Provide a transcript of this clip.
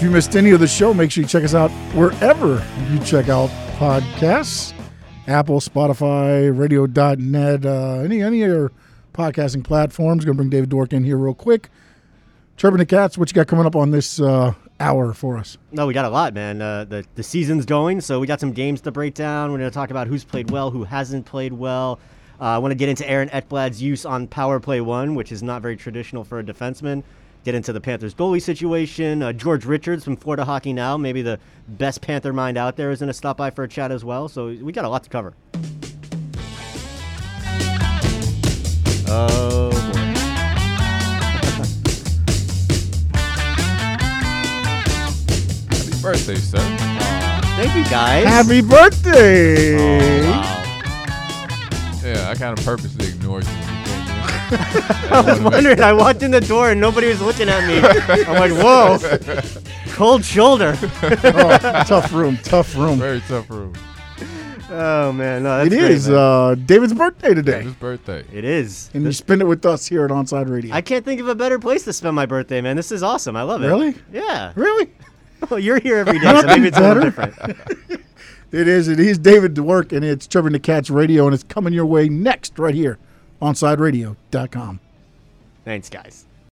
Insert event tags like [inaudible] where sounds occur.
you missed any of the show, make sure you check us out wherever you check out podcasts Apple, Spotify, radio.net, uh, any, any of your podcasting platforms. Going to bring David Dork in here real quick. Turbin the Cats, what you got coming up on this uh, hour for us? No, we got a lot, man. Uh, the the season's going, so we got some games to break down. We're going to talk about who's played well, who hasn't played well. Uh, I want to get into Aaron Ekblad's use on power play one, which is not very traditional for a defenseman. Get into the Panthers goalie situation. Uh, George Richards from Florida Hockey Now, maybe the best Panther mind out there, is going to stop by for a chat as well. So we got a lot to cover. Oh boy. Happy birthday, sir. Thank you guys. Happy birthday! Yeah, I kind of purposely ignored you. when you came in. I was wondering. I walked in the door and nobody was looking at me. I'm like, whoa, cold shoulder. Oh, tough room, tough room. Very tough room. Oh man, no, that's It great, is man. uh, David's birthday today, His birthday. it is. and you This- spend it with us here at Onside Radio. I can't think of a better place to spend my birthday, man. This is awesome. I love it. Really? Yeah. [laughs] really? Well, you're here every day, so maybe it's a little different. It is. It is David Dwork, and it's Trevor the Cats Radio, and it's coming your way next right here on SideRadio.com. Thanks, guys.